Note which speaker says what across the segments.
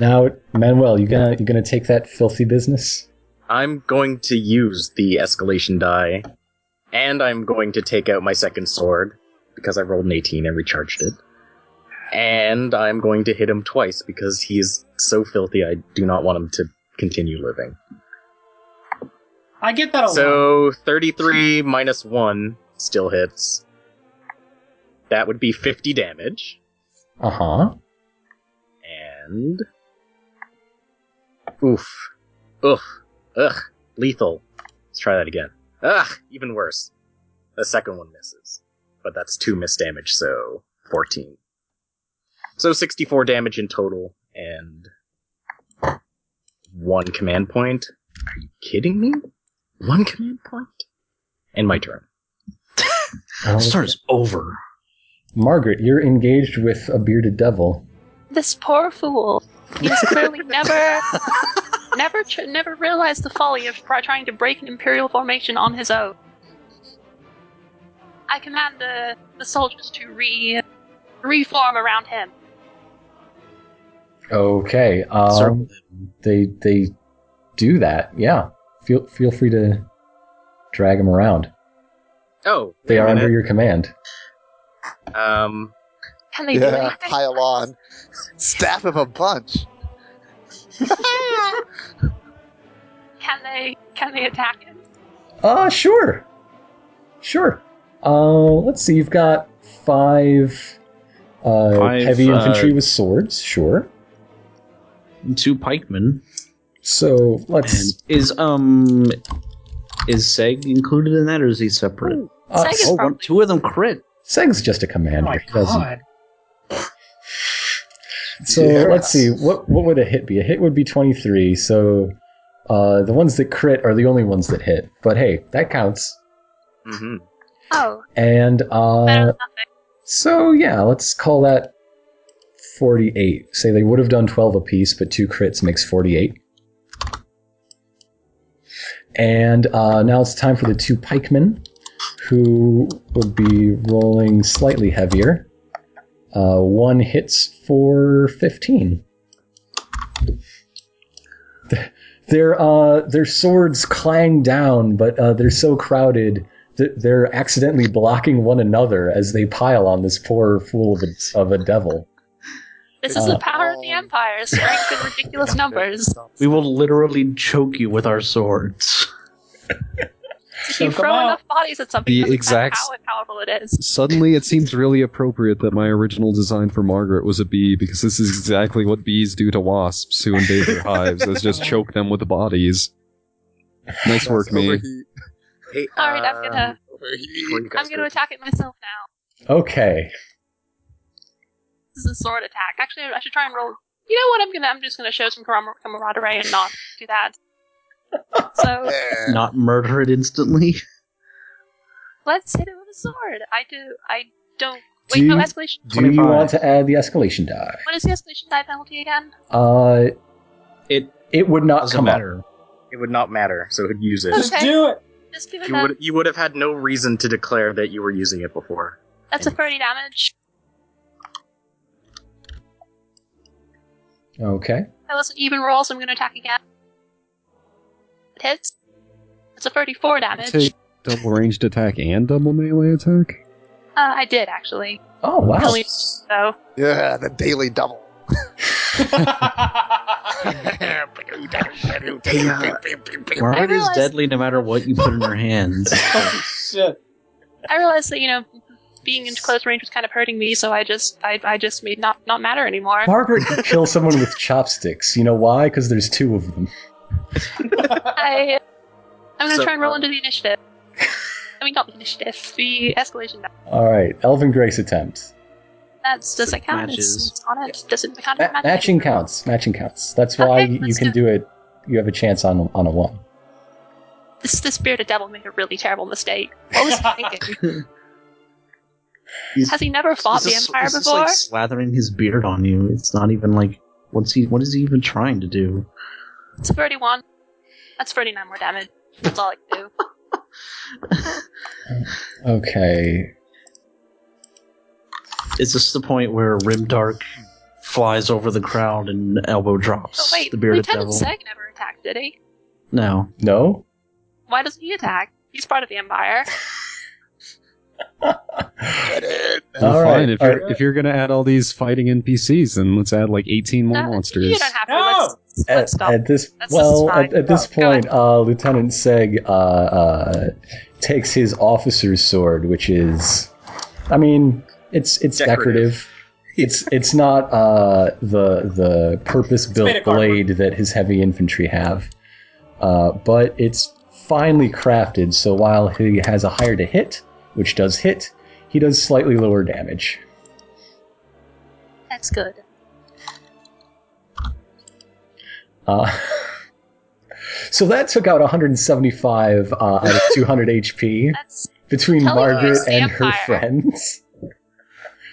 Speaker 1: Now, Manuel, you gonna you gonna take that filthy business?
Speaker 2: I'm going to use the escalation die, and I'm going to take out my second sword because I rolled an 18 and recharged it. And I'm going to hit him twice because he's so filthy. I do not want him to continue living.
Speaker 3: I get that a
Speaker 1: Oh,
Speaker 3: lot.
Speaker 2: So 33 minus 1 still hits. That would be 50 damage.
Speaker 1: Uh huh.
Speaker 2: And. Oof. Ugh. Ugh. Lethal. Let's try that again. Ugh. Even worse. The second one misses. But that's 2 missed damage, so 14. So 64 damage in total, and. 1 command point. Are you kidding me? One command point? And my turn.
Speaker 1: Oh,
Speaker 4: Start is over.
Speaker 1: Margaret, you're engaged with a bearded devil.
Speaker 5: This poor fool. He's clearly never, never, tr- never realized the folly of try- trying to break an imperial formation on his own. I command the, the soldiers to re reform around him.
Speaker 1: Okay. Um, they they do that. Yeah. Feel feel free to drag them around.
Speaker 2: Oh,
Speaker 1: They
Speaker 2: wait a
Speaker 1: are under
Speaker 2: minute.
Speaker 1: your command.
Speaker 2: Um,
Speaker 5: Can they do
Speaker 6: Yeah,
Speaker 5: anything?
Speaker 6: pile on. Staff of a bunch.
Speaker 5: Can they? Can they attack him?
Speaker 1: Uh, sure. Sure. Uh, let's see. You've got five, uh,
Speaker 4: Five,
Speaker 1: heavy infantry
Speaker 4: uh,
Speaker 1: with swords. Sure.
Speaker 4: Two pikemen.
Speaker 1: So let's.
Speaker 4: And is um is Seg included in that or is he separate?
Speaker 1: Uh,
Speaker 5: Seg is-
Speaker 4: Oh, one, two of them crit.
Speaker 1: Seg's just a
Speaker 3: Oh
Speaker 1: commander.
Speaker 3: my
Speaker 1: he doesn't-
Speaker 3: god.
Speaker 1: So
Speaker 6: Yeah.
Speaker 1: let's see. What what would a hit be? A hit would be twenty three. So uh, the ones that crit are the only ones that hit. But hey, that counts.
Speaker 2: mhm.
Speaker 5: Oh,
Speaker 1: And
Speaker 5: better
Speaker 1: uh,
Speaker 5: than nothing.
Speaker 1: so yeah, let's call that forty eight. Say they would have done twelve apiece, but two crits makes forty eight. And uh, now it's time for the two pikemen, who would be rolling slightly heavier. Uh, one hits for fifteen. Their uh, their swords clang down, but uh, they're so crowded that they're accidentally blocking one another as they pile on this poor fool of a, of a devil.
Speaker 5: This is the
Speaker 1: Uh,
Speaker 5: power of the
Speaker 6: um,
Speaker 5: empire: strength in ridiculous numbers.
Speaker 4: We will literally choke you with our swords.
Speaker 5: If
Speaker 3: Choke
Speaker 5: you
Speaker 3: 'em
Speaker 5: throw
Speaker 3: out.
Speaker 5: enough bodies at something,
Speaker 7: The
Speaker 5: it doesn't
Speaker 7: exact-
Speaker 5: matter how powerful it is.
Speaker 7: Suddenly, it seems really appropriate that my original design for Margaret was a bee because this is exactly what bees do to wasps who invade their hives, is just choke them with bodies. Nice work, me.
Speaker 6: Overheat,
Speaker 2: Hey,
Speaker 5: All right, I'm
Speaker 2: um,
Speaker 5: gonna-
Speaker 2: before
Speaker 6: overheat.
Speaker 2: you guys
Speaker 5: I'm going
Speaker 2: go-
Speaker 5: to attack it myself now.
Speaker 1: Okay,
Speaker 5: This is a sword attack. Actually, I should try and roll. You know what? I'm gonna. I'm just gonna show some camar- camaraderie and not do that. So
Speaker 6: Yeah.
Speaker 4: Not murder it instantly.
Speaker 5: let's hit it with a sword. I do. I don't.
Speaker 1: Do
Speaker 5: Wait, no
Speaker 1: you-
Speaker 5: escalation.
Speaker 1: do you want to add the escalation die?
Speaker 5: What is the escalation die penalty again?
Speaker 1: Uh,
Speaker 4: It
Speaker 1: it would not
Speaker 4: doesn't
Speaker 1: come up.
Speaker 4: matter.
Speaker 2: It would not matter, so he'd use it.
Speaker 5: Okay.
Speaker 3: Just do it.
Speaker 5: Just give it
Speaker 2: You
Speaker 5: a.
Speaker 2: would you would have had no reason to declare that you were using it before.
Speaker 5: That's a thirty damage.
Speaker 1: Okay,
Speaker 5: That was an even roll, so I'm gonna attack again. It hits. It's a thirty-four damage. Uh,
Speaker 7: Take double ranged attack and double melee attack?
Speaker 5: Uh, I did actually.
Speaker 1: Oh wow!
Speaker 5: Really? So
Speaker 6: yeah, the daily double.
Speaker 4: Margaret is
Speaker 5: realized-
Speaker 4: deadly no matter what you put in her hands.
Speaker 3: Holy shit.
Speaker 5: I realized that you know being in close range was kind of hurting me, so I just I, I just made not not matter anymore.
Speaker 1: Margaret could kill someone with chopsticks. You know why? Because there's two of them.
Speaker 5: I I'm gonna
Speaker 2: So,
Speaker 5: try and roll
Speaker 2: uh,
Speaker 5: into the initiative. I mean, not the initiative, the escalation. die.
Speaker 1: All right, Elven Grace attempt.
Speaker 5: That's does it count?
Speaker 4: Matches.
Speaker 5: It's, it's on it. Does it count?
Speaker 1: Ma-
Speaker 5: as magic?
Speaker 1: matching counts. Matching counts. That's why
Speaker 5: Okay,
Speaker 1: you
Speaker 5: let's
Speaker 1: can do it. You have a chance on on a one.
Speaker 5: This the spirited devil made a really terrible mistake. What was he thinking?
Speaker 4: He's-
Speaker 5: Has he never fought
Speaker 4: he's
Speaker 5: the
Speaker 4: just-
Speaker 5: empire
Speaker 4: he's just,
Speaker 5: before?
Speaker 4: like slathering his beard on you. It's not even like what's he? What is he even trying to do?
Speaker 5: It's a 31. That's 39 more damage. That's all I can do.
Speaker 1: Okay.
Speaker 4: Is this the point where Rimdark flies over the crowd and elbow drops
Speaker 5: Oh wait,
Speaker 4: the bearded
Speaker 5: Lieutenant
Speaker 4: devil.
Speaker 5: Seg never attacked, did he?
Speaker 4: no,
Speaker 1: No?
Speaker 5: Why doesn't he attack? He's part of the Empire.
Speaker 6: Get it.
Speaker 1: All
Speaker 7: Well,
Speaker 1: right,
Speaker 7: fine. If
Speaker 1: all
Speaker 7: you're, if you're gonna add all these fighting NPCs, then let's add like 18 more
Speaker 5: No,
Speaker 7: monsters.
Speaker 5: You don't have to.
Speaker 3: No!
Speaker 5: Let's,
Speaker 1: At,
Speaker 5: let's stop.
Speaker 1: at this
Speaker 5: That's
Speaker 1: well,
Speaker 5: fine.
Speaker 1: at, at this
Speaker 5: No, go
Speaker 1: point, uh, Lieutenant Seg uh, uh, takes his officer's sword, which is, I mean, it's it's decorative.
Speaker 2: Decorative.
Speaker 1: It's it's not uh, the the purpose
Speaker 3: made
Speaker 1: built
Speaker 3: of cardboard.
Speaker 1: blade that his heavy infantry have, uh, but it's finely crafted. So while he has a higher to hit, which does hit, he does slightly lower damage.
Speaker 5: That's good.
Speaker 1: Uh, so that took out 175 uh, out of 200 HP.
Speaker 5: That's
Speaker 1: between
Speaker 5: Tell your
Speaker 1: Margaret
Speaker 5: vampire.
Speaker 1: and her friends.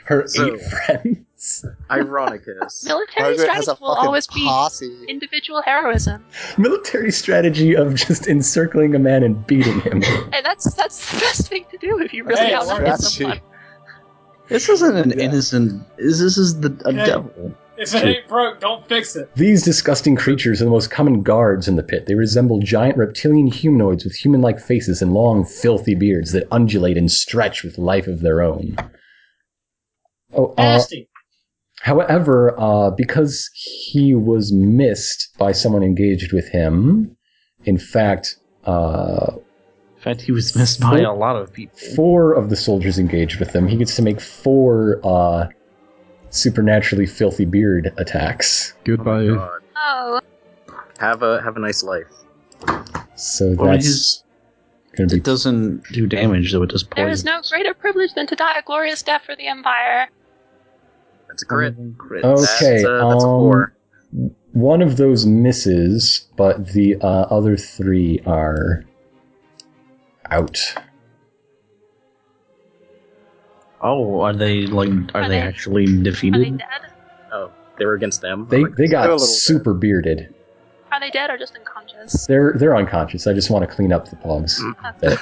Speaker 1: Her
Speaker 2: So-
Speaker 1: eight friends.
Speaker 2: Ironicus.
Speaker 5: military
Speaker 6: Margaret has
Speaker 5: strategy
Speaker 6: a
Speaker 5: will
Speaker 6: fucking
Speaker 5: always be
Speaker 6: posse.
Speaker 5: individual heroism,
Speaker 1: Military strategy of just encircling a man and beating him.
Speaker 5: and that's that's the best thing to do if you really
Speaker 3: Hey,
Speaker 5: outnumber
Speaker 6: strategy.
Speaker 5: someone.
Speaker 4: this isn't an
Speaker 1: Yeah.
Speaker 4: innocent. This, this is the a
Speaker 3: Hey.
Speaker 4: devil.
Speaker 3: If it ain't broke, don't fix it.
Speaker 1: These disgusting creatures are the most common guards in the pit. They resemble giant reptilian humanoids with human like faces and long, filthy beards that undulate and stretch with life of their own. Oh, uh,
Speaker 3: Nasty.
Speaker 1: However, uh, because he was missed by someone engaged with him, in fact, uh,
Speaker 4: In fact, he was missed by a lot of people.
Speaker 1: four of the soldiers engaged with him. He gets to make four uh, supernaturally filthy beard attacks.
Speaker 7: Goodbye.
Speaker 2: God.
Speaker 5: Oh,
Speaker 2: Have a have a nice life.
Speaker 1: So
Speaker 4: Well,
Speaker 1: that's
Speaker 4: his,
Speaker 1: going to
Speaker 4: it
Speaker 1: be.
Speaker 4: doesn't do damage though. It does poison.
Speaker 5: there is no greater privilege than to die a glorious death for the Empire.
Speaker 2: That's a crit.
Speaker 4: Crit.
Speaker 1: Okay,
Speaker 2: That's, uh, that's a
Speaker 1: um,
Speaker 2: four.
Speaker 1: One of those misses, but the uh, other three are out.
Speaker 4: Oh, are they like?
Speaker 5: Are
Speaker 4: Are, they,
Speaker 5: they-
Speaker 4: actually
Speaker 5: Are they
Speaker 4: defeated?
Speaker 5: dead?
Speaker 2: Oh, they were against them.
Speaker 1: They
Speaker 2: Oh my-
Speaker 1: they
Speaker 6: They're a
Speaker 1: got
Speaker 6: little bit.
Speaker 1: super bearded.
Speaker 5: Are they dead or just unconscious?
Speaker 1: They're they're unconscious. I just want to clean up the plugs.
Speaker 5: Okay.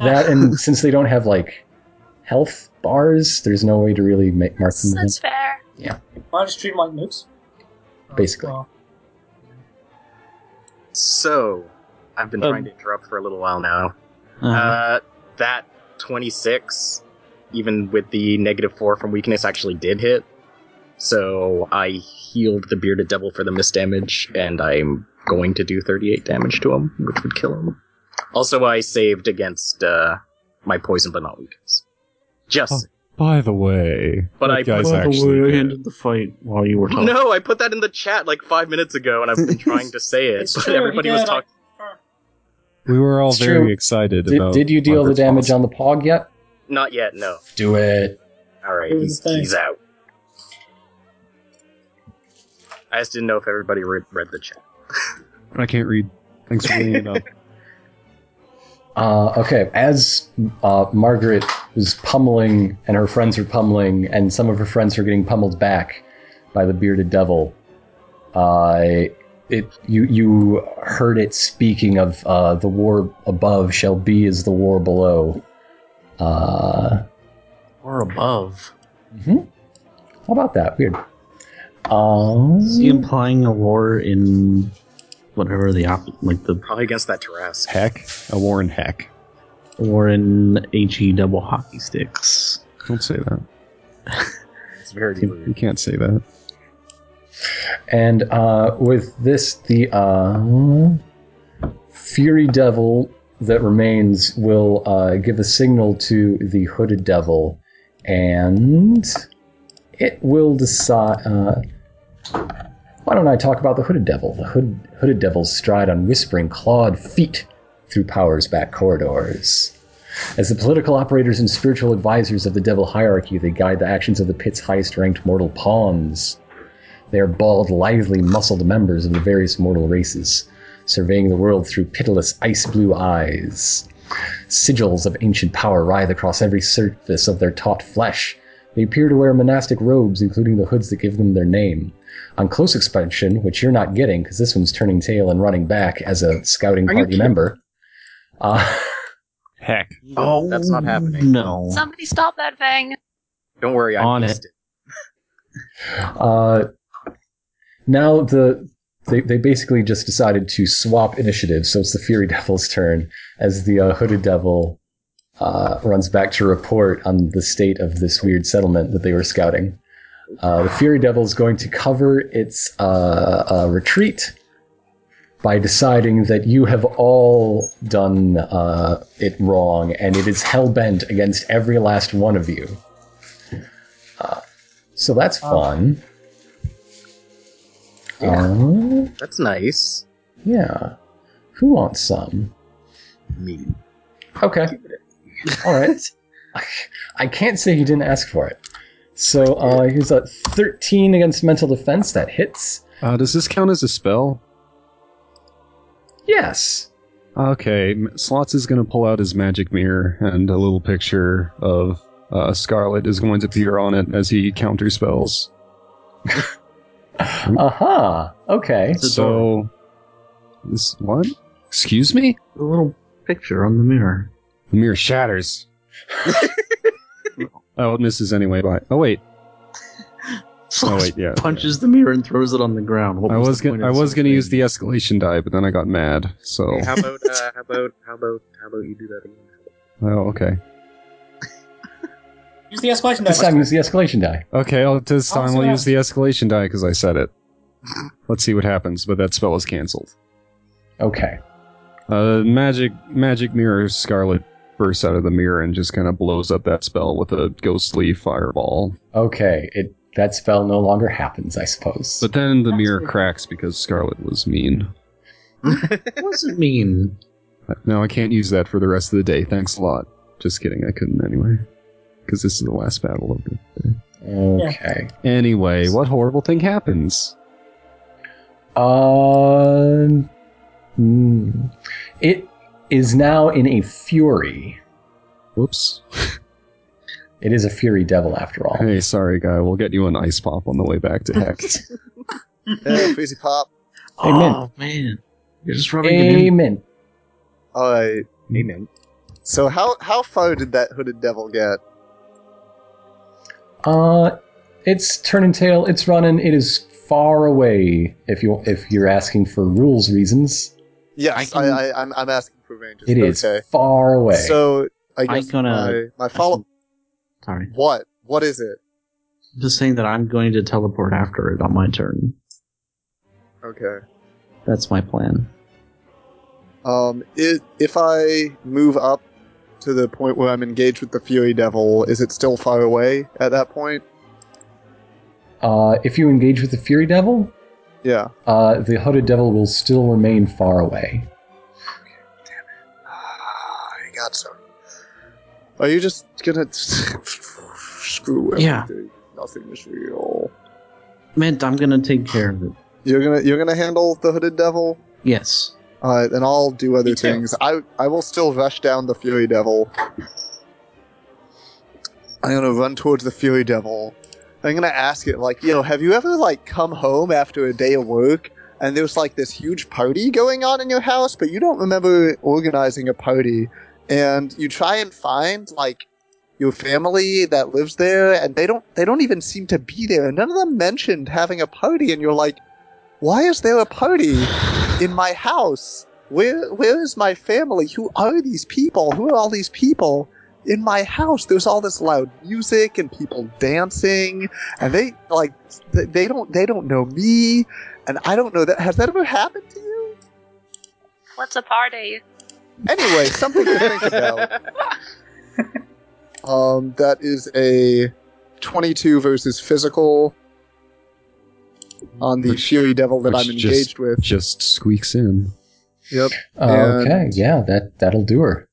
Speaker 1: That and since they don't have like health bars, there's no way to really make, mark
Speaker 5: That's,
Speaker 1: them.
Speaker 5: that's fair.
Speaker 3: I just treat 'em like nukes.
Speaker 7: Uh,
Speaker 1: Basically.
Speaker 3: Well,
Speaker 2: so, I've been
Speaker 4: Um,
Speaker 2: trying to interrupt for a little while now.
Speaker 4: Uh,
Speaker 3: Uh-huh.
Speaker 2: Uh, that twenty six, even with the negative four from weakness, actually did hit. So I healed the bearded devil for the missed damage, and I'm going to do thirty eight damage to him, which would kill him. Also, I saved against uh, my poison, but not weakness. Just
Speaker 7: Oh. By the way,
Speaker 2: But
Speaker 7: that
Speaker 2: I-
Speaker 7: guy's
Speaker 4: by the
Speaker 7: actually
Speaker 4: way, I
Speaker 7: dead.
Speaker 4: ended the fight while you were
Speaker 3: Oh,
Speaker 4: talking.
Speaker 2: No, I put that in the chat like five minutes ago, and I've been trying to say it,
Speaker 3: It's
Speaker 2: but
Speaker 3: true, he
Speaker 2: everybody was
Speaker 3: did, I-
Speaker 2: talking.
Speaker 7: we were all
Speaker 1: It's
Speaker 7: very
Speaker 1: true.
Speaker 7: excited
Speaker 1: Did,
Speaker 7: about.
Speaker 1: did you deal the
Speaker 7: Margaret's
Speaker 1: damage
Speaker 7: loss.
Speaker 1: on the pog yet?
Speaker 2: Not yet, no.
Speaker 1: Do it.
Speaker 2: All right,
Speaker 3: Here's
Speaker 2: he's,
Speaker 3: the thing.
Speaker 2: he's out. I just didn't know if everybody re- read the chat.
Speaker 7: I can't read. Thanks for bringing it up.
Speaker 1: Uh, okay, as uh, Margaret was pummeling and her friends were pummeling, and some of her friends were getting pummeled back by the bearded devil, uh, it you you heard it speaking of uh, the war above shall be as the war below. Uh,
Speaker 4: Or above.
Speaker 1: mhm. How about that? Weird. Um,
Speaker 4: Is he implying a war in whatever the op- like the
Speaker 2: Probably against that Tarrasque.
Speaker 7: Heck, a Warren heck.
Speaker 4: war in he double hockey sticks?
Speaker 7: Don't say that.
Speaker 2: It's very
Speaker 7: You, you
Speaker 2: weird.
Speaker 7: can't say that.
Speaker 1: And uh, with this, the uh, Fury Devil that remains will uh, give a signal to the Hooded Devil, and it will decide. Uh, why don't I talk about the Hooded Devil? The hood, Hooded Devils stride on whispering, clawed feet through power's back corridors. As the political operators and spiritual advisors of the devil hierarchy, they guide the actions of the pit's highest ranked mortal pawns. They are bald, lithely muscled members of the various mortal races, surveying the world through pitiless ice blue eyes. Sigils of ancient power writhe across every surface of their taut flesh. They appear to wear monastic robes, including the hoods that give them their name. On close inspection, which you're not getting because this one's turning tail and running back as a scouting
Speaker 2: Are you
Speaker 1: party
Speaker 2: kidding?
Speaker 1: member. Uh,
Speaker 7: Heck.
Speaker 2: Oh, that's not happening.
Speaker 4: No.
Speaker 5: Somebody stop that thing.
Speaker 2: Don't worry, I
Speaker 4: On
Speaker 2: missed it.
Speaker 1: Uh, now the they, they basically just decided to swap initiative, so it's the Fury Devil's turn as the uh, Hooded Devil uh, runs back to report on the state of this weird settlement that they were scouting. Uh, the Fury Devil is going to cover its uh, uh, retreat by deciding that you have all done uh, it wrong, and it is hell bent against every last one of you. Uh, so that's
Speaker 3: Oh.
Speaker 1: fun.
Speaker 2: Yeah.
Speaker 1: Uh,
Speaker 2: That's nice.
Speaker 1: yeah. Who wants some?
Speaker 2: Me.
Speaker 1: Okay. All right. I- I can't say he didn't ask for it. So uh, here's a 13 against mental defense that hits.
Speaker 7: Uh, does this count as a spell?
Speaker 1: Yes.
Speaker 7: Okay, M- Slots is going to pull out his magic mirror, and a little picture of uh, Scarlet is going to appear on it as he counter spells.
Speaker 1: Aha. Okay.
Speaker 4: It's
Speaker 7: so, this what? Excuse me?
Speaker 4: The little picture on the mirror.
Speaker 7: The mirror shatters. oh, it misses anyway. Bye. Oh wait, oh wait, yeah.
Speaker 4: punches the mirror and throws it on the ground. What
Speaker 7: I was
Speaker 4: the
Speaker 7: gonna,
Speaker 4: point
Speaker 7: I
Speaker 4: of
Speaker 7: was
Speaker 4: such
Speaker 7: gonna use the
Speaker 4: thing?
Speaker 7: escalation die, but then I got mad. So,
Speaker 2: How about uh, how about how about how about you do that again?
Speaker 7: oh okay,
Speaker 3: uh, Use the escalation
Speaker 1: This
Speaker 3: dice.
Speaker 1: time is the escalation die.
Speaker 7: okay. I'll, this
Speaker 3: I was
Speaker 7: time I'll
Speaker 3: gonna
Speaker 7: use the escalation die because I said it. Let's see what happens. But that spell is canceled.
Speaker 1: Okay.
Speaker 7: Uh, magic magic mirror scarlet bursts out of the mirror and just kind of blows up that spell with a ghostly fireball.
Speaker 1: Okay. It that spell no longer happens, I suppose.
Speaker 7: But then the
Speaker 3: That's
Speaker 7: mirror
Speaker 3: good.
Speaker 7: cracks because Scarlet was mean. Uh,
Speaker 4: What does it mean?
Speaker 7: No, I can't use that for the rest of the day. Thanks a lot. Just kidding, I couldn't anyway. Because this is the last battle of the day.
Speaker 1: okay.
Speaker 7: Anyway, what horrible thing happens?
Speaker 1: Um. hmm. It is now in a fury.
Speaker 7: Whoops.
Speaker 1: It is a fury devil after
Speaker 3: Oh.
Speaker 1: all.
Speaker 7: Hey, sorry, guy. We'll get you an ice pop on the way back to Heck.
Speaker 6: Yeah, Freezy Pop.
Speaker 1: Hey, Mint.
Speaker 4: Oh man, you're just rubbing it in.
Speaker 1: Amen.
Speaker 6: All right.
Speaker 2: Amen.
Speaker 6: So how how far did that hooded devil get?
Speaker 1: Uh, it's turn and tail. It's running. It is far away. If you if you're asking for rules reasons,
Speaker 4: I
Speaker 6: Yes,
Speaker 4: can-
Speaker 6: I, I, I'm I'm asking for ranges.
Speaker 1: it is
Speaker 6: okay.
Speaker 1: far away.
Speaker 6: So I
Speaker 4: I
Speaker 6: guess
Speaker 4: gonna-
Speaker 6: my, my follow
Speaker 4: Sorry,
Speaker 6: what what is it?
Speaker 4: I'm just saying that I'm going to teleport after it on my turn.
Speaker 6: Okay.
Speaker 4: That's my plan.
Speaker 6: Um, i if I move up to the point where I'm engaged with the Fury Devil, is it still far away at that point?
Speaker 1: uh, if you engage with the fury devil,
Speaker 6: Yeah.
Speaker 1: uh, the hooded devil will still remain far away.
Speaker 6: I got so. Are you just gonna screw
Speaker 4: Yeah.
Speaker 6: everything? Nothing is real.
Speaker 4: Mint, I'm gonna take care of it.
Speaker 6: You're gonna you're gonna handle the hooded devil.
Speaker 4: Yes.
Speaker 6: All right, Uh, and I'll do other
Speaker 3: Me too.
Speaker 6: things. I I will still rush down the Fury Devil. I'm gonna run towards the Fury Devil. I'm gonna ask it like, you know, have you ever like come home after a day of work and there's like this huge party going on in your house, but you don't remember organizing a party, and you try and find like your family that lives there, and they don't they don't even seem to be there, and none of them mentioned having a party, and you're like, why is there a party in my house? Where where is my family? Who are these people? Who are all these people in my house? There's all this loud music and people dancing, and they like th- they don't they don't know me, and I don't know that. Has that ever happened to you?
Speaker 5: What's a party?
Speaker 6: Anyway, something to think about. Um, that is a twenty-two versus physical on the
Speaker 7: Which-
Speaker 6: Fury Devil that
Speaker 7: which
Speaker 6: I'm engaged
Speaker 7: just-
Speaker 6: with.
Speaker 7: Just squeaks in.
Speaker 6: Yep.
Speaker 7: oh,
Speaker 1: Uh,
Speaker 6: And-
Speaker 1: okay, yeah, that that'll do her.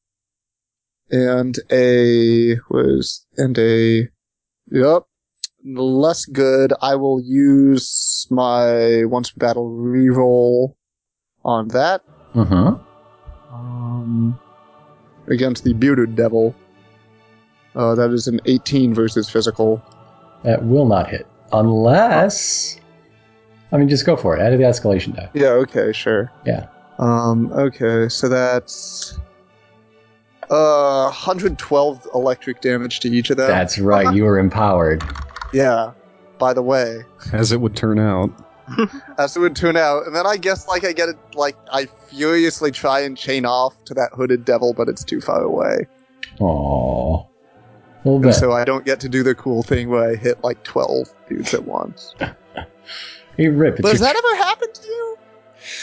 Speaker 6: and a was and a yep less good i will use my once per battle reroll on that
Speaker 1: Uh-huh.
Speaker 6: um, against the bearded devil uh, that is an 18 versus physical
Speaker 1: That will not hit unless. I mean, just go for it. Add to the escalation die.
Speaker 6: yeah okay sure
Speaker 1: Yeah.
Speaker 6: um okay so that's uh 112 electric damage to each of them
Speaker 1: That's right. You are empowered.
Speaker 6: yeah by the way.
Speaker 7: as it would turn out.
Speaker 6: As it would turn out, and then I guess like I get it, like I furiously try and chain off to that hooded devil, but it's too far away,
Speaker 1: Aww. Well,
Speaker 6: and
Speaker 1: then.
Speaker 6: so I don't get to do the cool thing where I hit like twelve dudes at once.
Speaker 1: hey, Rip, it's
Speaker 6: But
Speaker 1: your
Speaker 6: has that ever happened to you?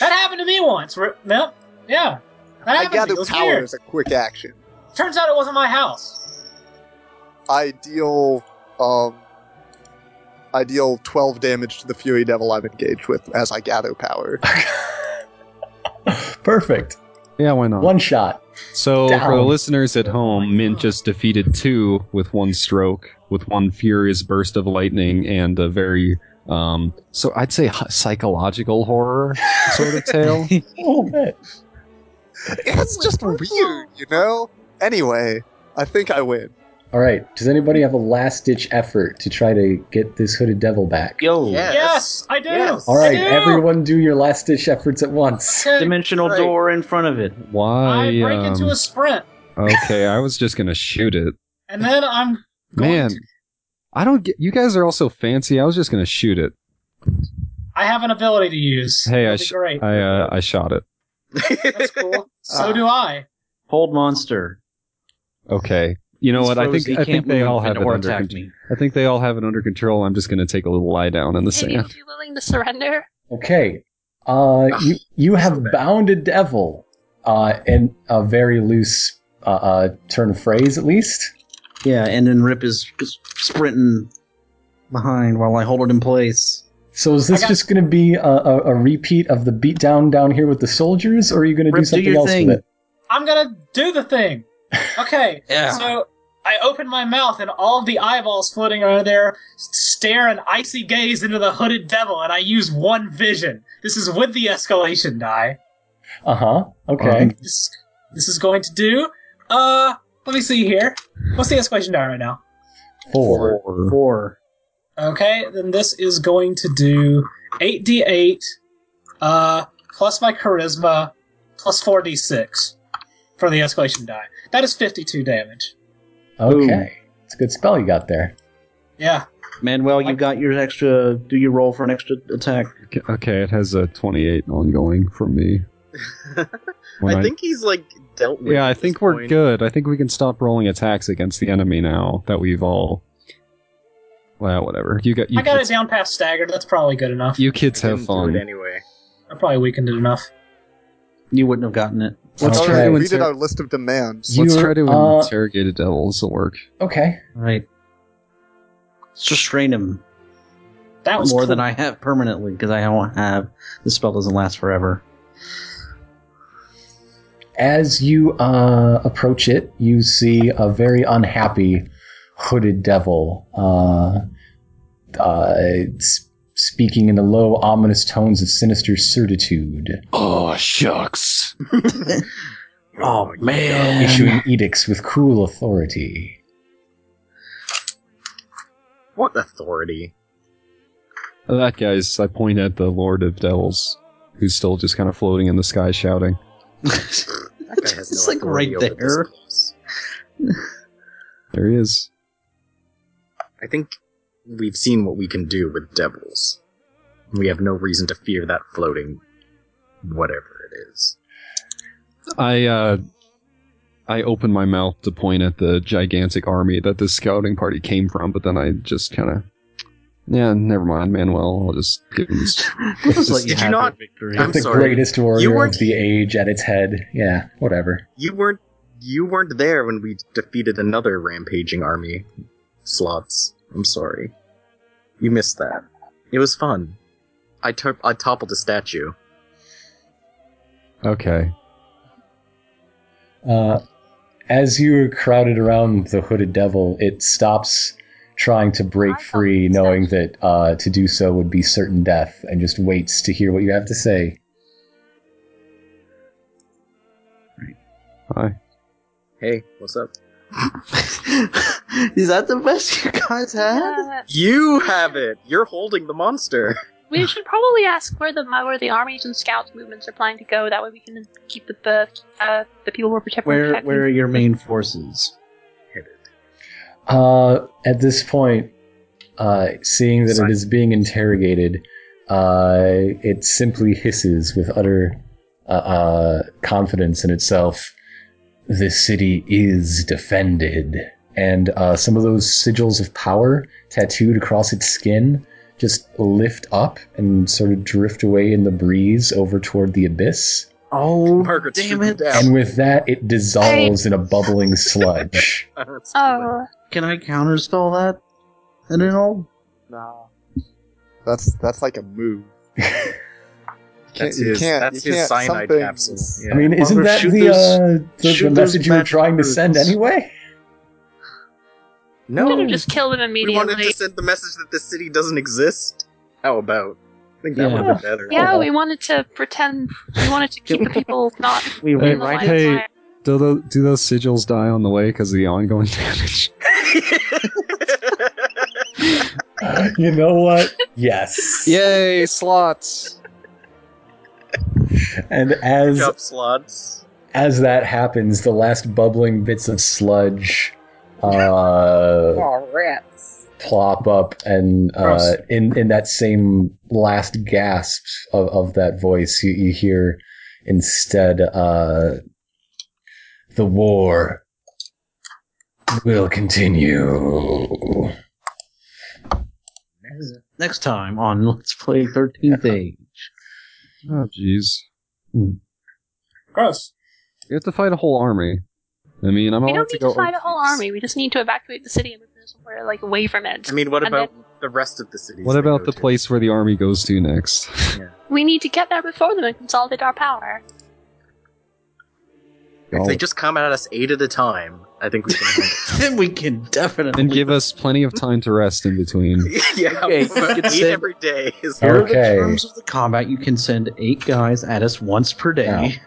Speaker 3: That happened to me once. Re- Yep. Yeah. That
Speaker 6: I
Speaker 3: happened to
Speaker 6: gather
Speaker 3: me. It was
Speaker 6: power
Speaker 3: weird.
Speaker 6: is a quick action.
Speaker 3: Turns out it wasn't my house.
Speaker 6: I deal um I deal twelve damage to the Fury Devil I'm engaged with as I gather power.
Speaker 1: perfect.
Speaker 7: Yeah, why not?
Speaker 1: One shot.
Speaker 7: So
Speaker 1: Down.
Speaker 7: for the listeners at home, Mint just defeated two with one stroke, with one furious burst of lightning and a very um so I'd say h- psychological horror sort of tale.
Speaker 1: A little bit.
Speaker 6: it's just weird, you know? Anyway, I think I win.
Speaker 1: All right. Does anybody have a last ditch effort to try to get this hooded devil back?
Speaker 4: Yo,
Speaker 2: Yes.
Speaker 3: Yes, I do.
Speaker 2: Yes.
Speaker 1: All right,
Speaker 3: I do.
Speaker 1: everyone, do your last ditch efforts at once.
Speaker 3: Okay.
Speaker 4: dimensional
Speaker 2: Right.
Speaker 4: door in front of it.
Speaker 7: Why?
Speaker 3: I break into
Speaker 7: um,
Speaker 3: a sprint,
Speaker 7: okay, I was just gonna shoot it,
Speaker 3: and then I'm going
Speaker 7: man.
Speaker 3: to-
Speaker 7: I don't get. You guys are all so fancy. I was just gonna shoot it.
Speaker 3: I have an ability to use.
Speaker 7: Hey, I
Speaker 3: That'd be
Speaker 7: sh-
Speaker 3: great.
Speaker 7: I uh, I shot it.
Speaker 3: That's cool. so do I.
Speaker 4: Hold monster.
Speaker 7: Okay. You know
Speaker 4: He's
Speaker 7: what? I think
Speaker 4: frozen. He
Speaker 7: I think
Speaker 4: can't
Speaker 7: they
Speaker 4: move
Speaker 7: all have
Speaker 4: and-
Speaker 7: it
Speaker 4: or
Speaker 7: under.
Speaker 4: attack
Speaker 7: Con-
Speaker 4: me.
Speaker 7: I think they all have it under control. I'm just gonna take a little lie down in the
Speaker 5: Hey,
Speaker 7: sand.
Speaker 5: would you be willing to surrender?
Speaker 1: Okay. Uh, you you have bound a devil, uh, in a very loose uh, uh turn of phrase, at least.
Speaker 4: Yeah, and then Rip is s- sprinting behind while I hold it in place.
Speaker 1: So is this
Speaker 3: I got-
Speaker 1: just going to be a, a, a repeat of the beatdown down here with the soldiers, or are you going to do
Speaker 4: Rip, do
Speaker 1: something
Speaker 4: your
Speaker 1: else
Speaker 4: thing.
Speaker 1: with it?
Speaker 3: I'm gonna do the thing. Okay.
Speaker 4: Yeah.
Speaker 3: So I open my mouth, and all of the eyeballs floating are there stare an icy gaze into the hooded devil, and I use one vision. This is with the escalation die.
Speaker 1: Uh huh. Okay.
Speaker 7: Um,
Speaker 3: This this is going to do. Uh, let me see here. What's the escalation die right now?
Speaker 1: Four.
Speaker 4: Four.
Speaker 3: Okay, then this is going to do eight d eight, uh, plus my charisma, plus four d six for the escalation die. That is fifty two damage.
Speaker 1: Okay. It's a good spell you got there.
Speaker 3: Yeah.
Speaker 4: Manuel, you got your extra. Do you roll for an extra attack?
Speaker 7: Okay- Okay, it has a 28 ongoing from me. When
Speaker 2: I think he's like dealt with.
Speaker 7: Yeah, I
Speaker 2: at this
Speaker 7: think we're
Speaker 2: point.
Speaker 7: good. I think we can stop rolling attacks against the enemy now that we've all. Well, whatever. You got you.
Speaker 3: I got
Speaker 7: kids,
Speaker 3: it down past staggered. That's probably good enough.
Speaker 7: You kids
Speaker 2: I
Speaker 7: have
Speaker 2: didn't
Speaker 7: fun.
Speaker 2: Do it anyway.
Speaker 3: I probably weakened it enough.
Speaker 4: You wouldn't have gotten it.
Speaker 7: Let's
Speaker 1: Okay.
Speaker 7: try to
Speaker 6: we
Speaker 7: inter-
Speaker 6: did our list of demands.
Speaker 7: Let's
Speaker 1: You're,
Speaker 7: try to
Speaker 1: uh,
Speaker 7: interrogate a devil. This will work.
Speaker 1: Okay.
Speaker 4: Right. Let's just strain him
Speaker 3: That was
Speaker 4: more
Speaker 3: cool.
Speaker 4: than I have permanently because I don't have. The spell doesn't last forever.
Speaker 1: As you uh, approach it, you see a very unhappy hooded devil uh, uh, s- speaking in the low, ominous tones of sinister certitude,
Speaker 8: Oh, shucks. oh,
Speaker 2: Um,
Speaker 8: man.
Speaker 1: issuing edicts with cool authority.
Speaker 2: What authority?
Speaker 7: Uh, That guy's. I point at the Lord of Devils, who's still just kind of floating in the sky, shouting.
Speaker 2: That guy has
Speaker 4: It's
Speaker 2: no
Speaker 4: like
Speaker 2: authority
Speaker 4: right
Speaker 2: over this
Speaker 4: there.
Speaker 2: place.
Speaker 7: There he is.
Speaker 2: I think we've seen what we can do with devils. We have no reason to fear that floating, whatever it is.
Speaker 7: I uh, I open my mouth to point at the gigantic army that this scouting party came from, but then I just kind of, yeah, never mind, Manuel. I'll just give him this.
Speaker 4: We'll just let
Speaker 2: Did you
Speaker 4: have
Speaker 2: not-
Speaker 4: it, Victory.
Speaker 2: I'm
Speaker 1: the
Speaker 2: sorry.
Speaker 1: greatest warrior
Speaker 2: You weren't-
Speaker 1: of the age at its head. Yeah, whatever.
Speaker 2: You weren't you weren't there when we defeated another rampaging army slots. I'm sorry. You missed that. It was fun. I, to- I toppled a statue.
Speaker 7: Okay.
Speaker 1: Uh, as you are crowded around the hooded devil, it stops trying to break free, knowing that uh, to do so would be certain death, and just waits to hear what you have to say.
Speaker 7: Hi.
Speaker 2: Hey, what's up?
Speaker 4: Is that the best you guys had?
Speaker 5: Yeah.
Speaker 2: You have it! You're holding the monster!
Speaker 5: We should probably ask where the where the armies and scouts movements are planning to go. That way we can keep the the, uh, the people we're protecting.
Speaker 4: Where
Speaker 5: protecting.
Speaker 4: Where are your main forces?
Speaker 1: Uh, at this point, Uh, seeing that it is being interrogated, uh, it simply hisses with utter uh, uh, confidence in itself. This city is defended. And uh, some of those sigils of power tattooed across its skin just lift up and sort of drift away in the breeze over toward the abyss.
Speaker 4: Oh,
Speaker 2: Margaret,
Speaker 4: damn
Speaker 2: swoop
Speaker 4: it!
Speaker 2: down.
Speaker 1: And with that, it dissolves in a bubbling sludge.
Speaker 5: Oh,
Speaker 4: Can I counterspell that? And then all
Speaker 6: Nah. That's that's like a move. You can't-
Speaker 2: That's
Speaker 6: you
Speaker 2: his,
Speaker 6: can't-
Speaker 2: that's
Speaker 6: you
Speaker 2: his
Speaker 6: can't-
Speaker 2: cyanide
Speaker 6: something-
Speaker 2: capsule. Yeah.
Speaker 1: I mean, isn't
Speaker 4: Margaret,
Speaker 1: that
Speaker 4: shoot
Speaker 1: the,
Speaker 4: those-
Speaker 1: uh, the,
Speaker 4: shoot
Speaker 1: the
Speaker 4: those
Speaker 1: message you were
Speaker 4: magic
Speaker 1: trying to send
Speaker 4: words.
Speaker 1: anyway?
Speaker 5: we could
Speaker 2: no,
Speaker 5: have just killed him
Speaker 2: we wanted
Speaker 5: immediately.
Speaker 2: to send the message that this city doesn't exist. How about? I think that
Speaker 4: Yeah.
Speaker 2: would have been better.
Speaker 7: Uh-huh.
Speaker 5: Yeah, we wanted to pretend. We wanted to keep the people not
Speaker 4: we
Speaker 7: Hey,
Speaker 5: in the
Speaker 4: rewrite
Speaker 5: line
Speaker 4: it.
Speaker 5: of
Speaker 7: hey.
Speaker 5: fire.
Speaker 7: Do, the, do those sigils die on the way because of the ongoing damage?
Speaker 1: you know what? Yes.
Speaker 7: Yay, slots!
Speaker 1: And as
Speaker 2: Jump slots.
Speaker 1: as that happens, the last bubbling bits of sludge uh,
Speaker 9: Aw, rats.
Speaker 1: plop up, and uh,
Speaker 3: Gross.
Speaker 1: in in that same last gasp of, of that voice, you, you hear instead uh, the war will continue.
Speaker 4: next time on Let's Play Thirteenth Age.
Speaker 7: Oh, jeez.
Speaker 3: Gross.
Speaker 7: You have to fight a whole army. I mean, I'm
Speaker 5: We
Speaker 7: allowed
Speaker 5: don't
Speaker 7: to
Speaker 5: need
Speaker 7: go.
Speaker 5: to fight a
Speaker 7: oh,
Speaker 5: whole
Speaker 7: jeez.
Speaker 5: army. We just need to evacuate the city and move somewhere like away from it.
Speaker 2: I mean, what
Speaker 5: And
Speaker 2: about the rest of the cities?
Speaker 7: What
Speaker 2: they
Speaker 7: about
Speaker 2: go
Speaker 7: the
Speaker 2: to?
Speaker 7: place where the army goes to next?
Speaker 5: We need to get there before them and consolidate our power.
Speaker 2: If
Speaker 7: Oh.
Speaker 2: they just come at us eight at a time, I think we can handle it.
Speaker 4: then we can definitely
Speaker 7: and give us plenty of time to rest in between.
Speaker 2: yeah,
Speaker 4: Okay,
Speaker 2: but
Speaker 4: you could Uh,
Speaker 2: eight
Speaker 4: send-
Speaker 2: every day is
Speaker 4: Here are the
Speaker 1: Okay.
Speaker 4: terms of the combat. You can send eight guys at us once per day.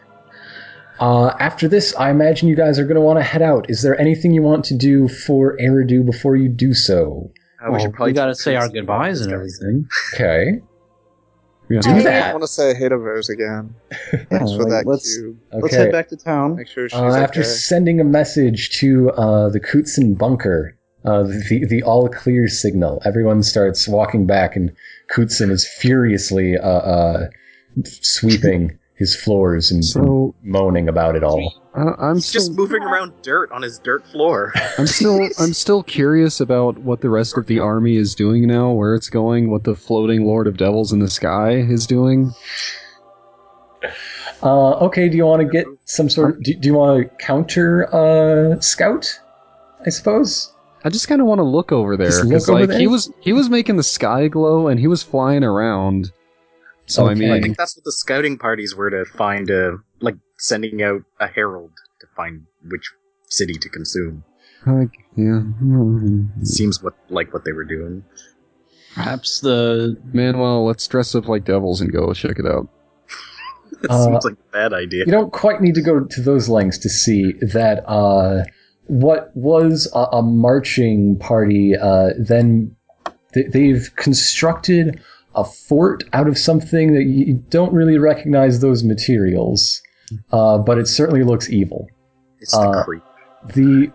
Speaker 1: Uh, after this, I imagine you guys are going to want to head out. Is there anything you want to do for Eridu before you do so?
Speaker 2: Uh,
Speaker 4: Well, we
Speaker 2: probably
Speaker 4: gotta
Speaker 2: do
Speaker 4: say our
Speaker 2: cruise.
Speaker 4: goodbyes and everything.
Speaker 1: Okay.
Speaker 7: Yeah.
Speaker 1: Do
Speaker 6: I
Speaker 1: that.
Speaker 6: want to say hey to Rose again. Thanks
Speaker 4: Yeah,
Speaker 6: for
Speaker 4: like,
Speaker 6: that
Speaker 4: let's-
Speaker 6: cube.
Speaker 4: Let's
Speaker 1: Okay.
Speaker 4: head back to town.
Speaker 6: Make sure she's
Speaker 1: Uh, after
Speaker 6: okay.
Speaker 1: sending a message to uh, the Kutsin bunker, uh, the the all clear signal, everyone starts walking back, and Kutsin is furiously uh, uh, sweeping his floors and
Speaker 7: So
Speaker 1: moaning about it all.
Speaker 7: I, I'm
Speaker 2: He's just
Speaker 7: still,
Speaker 2: moving around dirt on his dirt floor.
Speaker 7: I'm still, I'm still curious about what the rest of the army is doing now, where it's going, what the floating Lord of Devils in the sky is doing.
Speaker 1: Uh, okay, do you want to get some sort? Of, do, do you want to counter uh, scout? I suppose.
Speaker 7: I just kind of want to look over there
Speaker 1: Just look
Speaker 7: 'cause,
Speaker 1: over
Speaker 7: like he
Speaker 1: there?
Speaker 7: was, he was making the sky glow and he was flying around. So I
Speaker 1: Okay.
Speaker 2: I
Speaker 7: mean,
Speaker 2: think that's what the scouting parties were to find a like sending out a herald to find which city to consume.
Speaker 7: I, yeah.
Speaker 2: Seems what like what they were doing.
Speaker 4: Perhaps the
Speaker 7: Manuel, let's dress up like devils and go check it out.
Speaker 2: That
Speaker 1: Uh,
Speaker 2: seems like a bad idea.
Speaker 1: you don't quite need to go to those lengths to see that uh, what was a, a marching party uh, then th- they've constructed a fort out of something that you don't really recognize those materials uh, but it certainly looks evil
Speaker 2: it's the
Speaker 1: uh,
Speaker 2: creep.
Speaker 1: the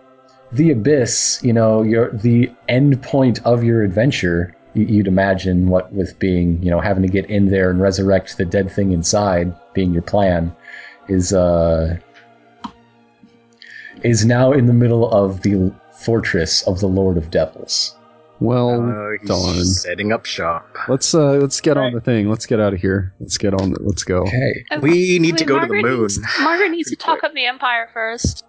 Speaker 1: the abyss you know your the end point of your adventure y- you'd imagine what with being you know having to get in there and resurrect the dead thing inside being your plan is uh is now in the middle of the fortress of the lord of devils
Speaker 7: Well,
Speaker 2: Uh, he's
Speaker 7: darn.
Speaker 2: setting up shop.
Speaker 7: Let's uh let's get on
Speaker 3: Right.
Speaker 7: the thing. Let's get out of here. Let's get on. The, let's go.
Speaker 1: okay
Speaker 5: And
Speaker 2: We need
Speaker 5: wait,
Speaker 2: to go to the
Speaker 5: Margaret
Speaker 2: moon.
Speaker 5: Needs, Margaret needs to
Speaker 2: Pretty quick.
Speaker 5: talk up the empire first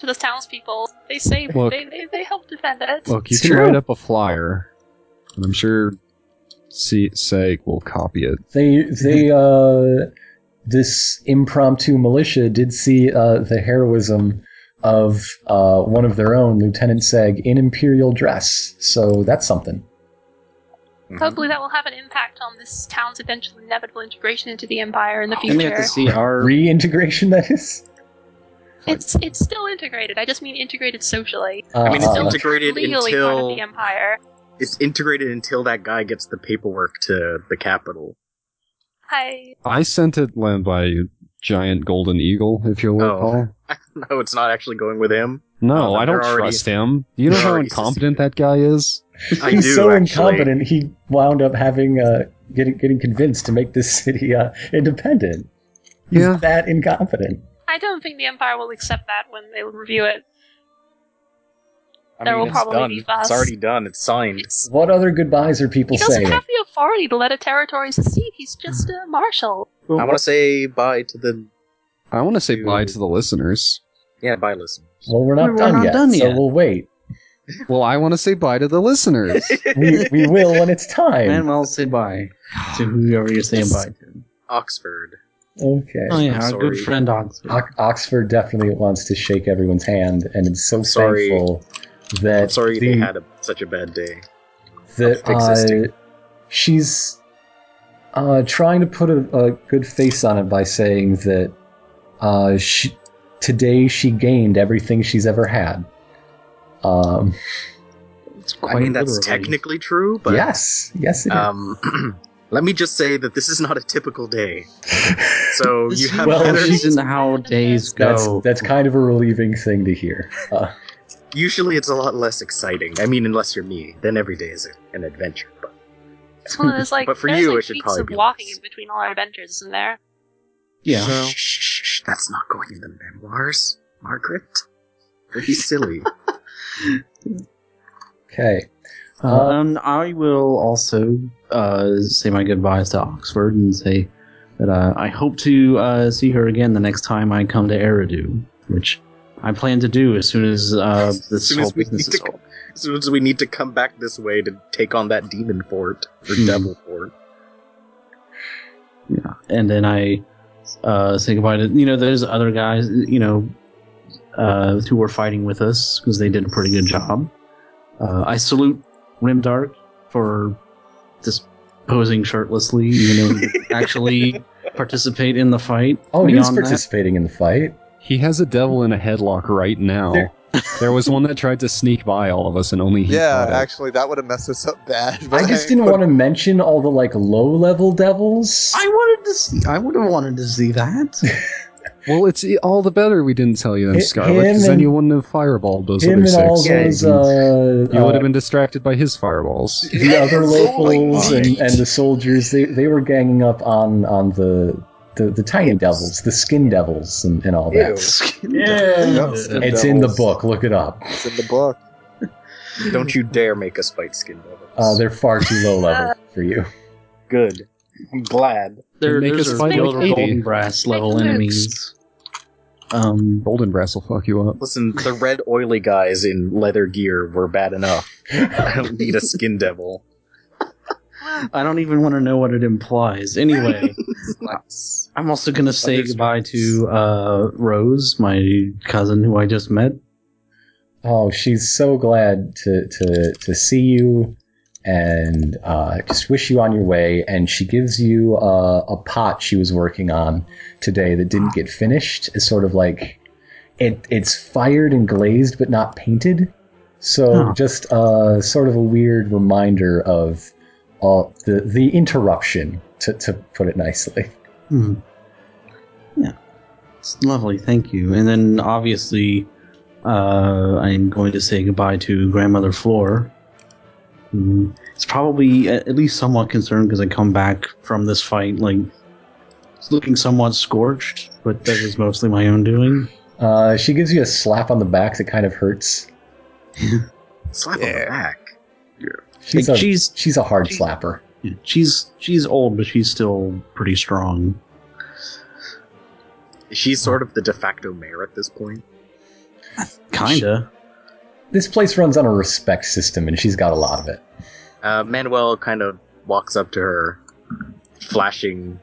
Speaker 5: to the townspeople. They saved.
Speaker 7: Look.
Speaker 5: They, they they helped defend it.
Speaker 7: Look, you
Speaker 1: It's
Speaker 7: can
Speaker 1: true.
Speaker 7: write up a flyer, and I'm sure C- Seg will copy it.
Speaker 1: they they uh this impromptu militia did see uh the heroism of uh one of their own lieutenant seg in imperial dress so that's something
Speaker 2: Mm-hmm.
Speaker 5: Hopefully, that will have an impact on this town's eventual inevitable integration into the empire in the
Speaker 4: and we have
Speaker 5: future.
Speaker 4: to see our
Speaker 1: reintegration that is
Speaker 5: It's it's still integrated. I just mean integrated socially.
Speaker 1: uh,
Speaker 2: I mean,
Speaker 7: Uh-huh.
Speaker 2: it's
Speaker 5: Uh,
Speaker 2: integrated
Speaker 5: Legally part of
Speaker 2: until
Speaker 5: the empire.
Speaker 2: it's integrated until that guy gets the paperwork to the capital.
Speaker 5: I
Speaker 7: I sent it land by a giant golden eagle, if you'll
Speaker 2: Oh.
Speaker 7: recall.
Speaker 2: No, it's not actually going with him.
Speaker 7: No,
Speaker 2: Oh,
Speaker 7: I don't
Speaker 2: they're already-
Speaker 7: trust him. You know
Speaker 2: they're
Speaker 7: how
Speaker 2: already
Speaker 7: incompetent
Speaker 2: seceded.
Speaker 7: that guy is.
Speaker 2: I
Speaker 1: He's
Speaker 2: do
Speaker 1: so
Speaker 2: actually.
Speaker 1: incompetent. He wound up having uh, getting getting convinced to make this city uh, independent. He's
Speaker 6: Yeah.
Speaker 1: that incompetent.
Speaker 5: I don't think the Empire will accept that when they review it.
Speaker 2: I
Speaker 5: There
Speaker 2: mean,
Speaker 5: will
Speaker 2: it's
Speaker 5: probably
Speaker 2: done.
Speaker 5: be fuss.
Speaker 2: It's already done. It's signed.
Speaker 1: What other goodbyes are people
Speaker 5: He doesn't
Speaker 1: saying?
Speaker 5: have the authority to let a territory secede. He's just a marshal.
Speaker 2: I want to say bye to the
Speaker 7: I want to say
Speaker 2: Dude.
Speaker 7: bye to the listeners.
Speaker 2: yeah bye listeners.
Speaker 1: Well, we're not,
Speaker 4: We're
Speaker 1: done,
Speaker 4: not
Speaker 1: yet,
Speaker 4: done
Speaker 1: so
Speaker 4: yet.
Speaker 1: we'll wait.
Speaker 7: Well, I want to say bye to the listeners.
Speaker 1: We, we will when it's time.
Speaker 4: Manuel, say bye to whoever you're saying bye to.
Speaker 2: Oxford.
Speaker 1: Okay.
Speaker 4: Oh yeah,
Speaker 2: I'm
Speaker 4: our good
Speaker 2: sorry.
Speaker 4: friend Oxford.
Speaker 1: O- Oxford definitely wants to shake everyone's hand, and it's so
Speaker 2: Sorry.
Speaker 1: thankful
Speaker 2: I'm
Speaker 1: that
Speaker 2: sorry
Speaker 1: the,
Speaker 2: they had a, such a bad day.
Speaker 1: that
Speaker 2: I'll fix this
Speaker 1: uh,
Speaker 2: too.
Speaker 1: she's uh, trying to put a, a good face on it by saying that uh, she, today she gained everything she's ever had. Um,
Speaker 4: It's
Speaker 2: I mean,
Speaker 4: quite
Speaker 2: that's
Speaker 4: literally.
Speaker 2: technically true, but
Speaker 1: yes, yes, it is.
Speaker 2: um, let me just say that this is not a typical day. So
Speaker 4: This
Speaker 2: you have
Speaker 1: Well,
Speaker 2: better.
Speaker 4: is in how days
Speaker 1: that's
Speaker 4: go.
Speaker 1: that's kind of a relieving thing to hear. Uh,
Speaker 2: Usually, it's a lot less exciting. I mean, unless you're me, then every day is a- an adventure. But
Speaker 5: It's one of those like
Speaker 2: But for
Speaker 5: there's
Speaker 2: you,
Speaker 5: like
Speaker 2: it should
Speaker 5: weeks
Speaker 2: probably
Speaker 5: of
Speaker 2: be
Speaker 5: walking
Speaker 2: less.
Speaker 5: in between all our adventures, isn't there?
Speaker 4: yeah.
Speaker 2: Shh, shh, shh, that's not going in the memoirs, Margaret. Don't be silly.
Speaker 1: okay. Uh-huh.
Speaker 4: Uh, um, I will also uh, say my goodbyes to Oxford and say that uh, I hope to uh, see her again the next time I come to Eridu, which I plan to do as soon as uh, this
Speaker 2: As soon
Speaker 4: whole
Speaker 2: as we
Speaker 4: business
Speaker 2: need
Speaker 4: is
Speaker 2: to
Speaker 4: over.
Speaker 2: so it's- we need to come back this way to take on that demon fort or
Speaker 4: Hmm.
Speaker 2: devil fort.
Speaker 4: and then I uh, say goodbye to you know there's other guys you know uh, who were fighting with us because they did a pretty good job. Uh, I salute Rimdark for just posing shirtlessly, even though he didn't actually participate in the fight.
Speaker 1: Oh, he was
Speaker 4: Beyond that-
Speaker 1: participating in the fight.
Speaker 7: he has a devil in a headlock right now. There, was one that tried to sneak by all of us, and only he.
Speaker 6: Yeah,
Speaker 7: caught it.
Speaker 6: actually, that would have messed us up bad.
Speaker 1: I just didn't want to mention all the like low level devils.
Speaker 4: I wanted to see. I would have wanted to see that.
Speaker 7: Well, it's i- all the better we didn't tell you then,
Speaker 1: Hi-
Speaker 7: Scarlet, because
Speaker 1: him
Speaker 7: then
Speaker 1: and-
Speaker 7: you wouldn't have fireballed those
Speaker 1: Him
Speaker 7: other
Speaker 1: and
Speaker 7: six.
Speaker 1: all
Speaker 2: Yeah,
Speaker 1: those uh,
Speaker 7: you would
Speaker 1: uh,
Speaker 7: have been distracted by his fireballs.
Speaker 1: the other locals
Speaker 7: my.
Speaker 1: and, and the soldiers they, they were ganging up on on the the, the tiny devils the skin devils and, and all that
Speaker 3: Yeah.
Speaker 6: Yep.
Speaker 1: it's in the
Speaker 6: Devils.
Speaker 1: book look it up
Speaker 6: It's in the book.
Speaker 2: Don't you dare make us fight skin devils.
Speaker 1: uh, they're far too low level for you
Speaker 2: good. I'm glad.
Speaker 4: There,
Speaker 7: Make
Speaker 4: there's
Speaker 7: us
Speaker 4: a
Speaker 7: fight
Speaker 4: field
Speaker 5: like
Speaker 4: of
Speaker 7: 80.
Speaker 4: golden brass level
Speaker 5: Make a
Speaker 4: enemies. Um,
Speaker 7: Golden Brass will fuck you up.
Speaker 2: Listen, the red oily guys in leather gear were bad enough. I don't need a skin devil.
Speaker 4: I don't even want to know what it implies. Anyway, I'm also going to say
Speaker 2: Thunderstruck.
Speaker 4: goodbye to uh, Rose, my cousin who I just met.
Speaker 1: oh she's so glad to to to see you and uh, just wish you on your way and she gives you uh, a pot she was working on today that didn't get finished it's sort of like it it's fired and glazed but not painted so
Speaker 4: Oh.
Speaker 1: just uh, sort of a weird reminder of all the the interruption to, to put it nicely
Speaker 4: Hmm. Yeah. It's lovely, thank you. And then obviously, uh, I'm going to say goodbye to Grandmother Floor. Mm. It's probably a- at least somewhat concerned because I come back from this fight, like, it's looking somewhat scorched, but that was mostly my own doing.
Speaker 1: uh, she gives you a slap on the back that kind of hurts
Speaker 2: Slap on
Speaker 6: Yeah.
Speaker 2: the back.
Speaker 1: she's
Speaker 4: Like,
Speaker 1: a
Speaker 4: she's
Speaker 1: she's a hard
Speaker 4: she's-
Speaker 1: slapper
Speaker 4: Yeah, she's she's old, but she's still pretty strong.
Speaker 2: She's sort of the de facto mayor at this point.
Speaker 4: Kinda.
Speaker 1: this place runs on a respect system and she's got a lot of it
Speaker 2: Uh, Manuel kind of walks up to her, flashing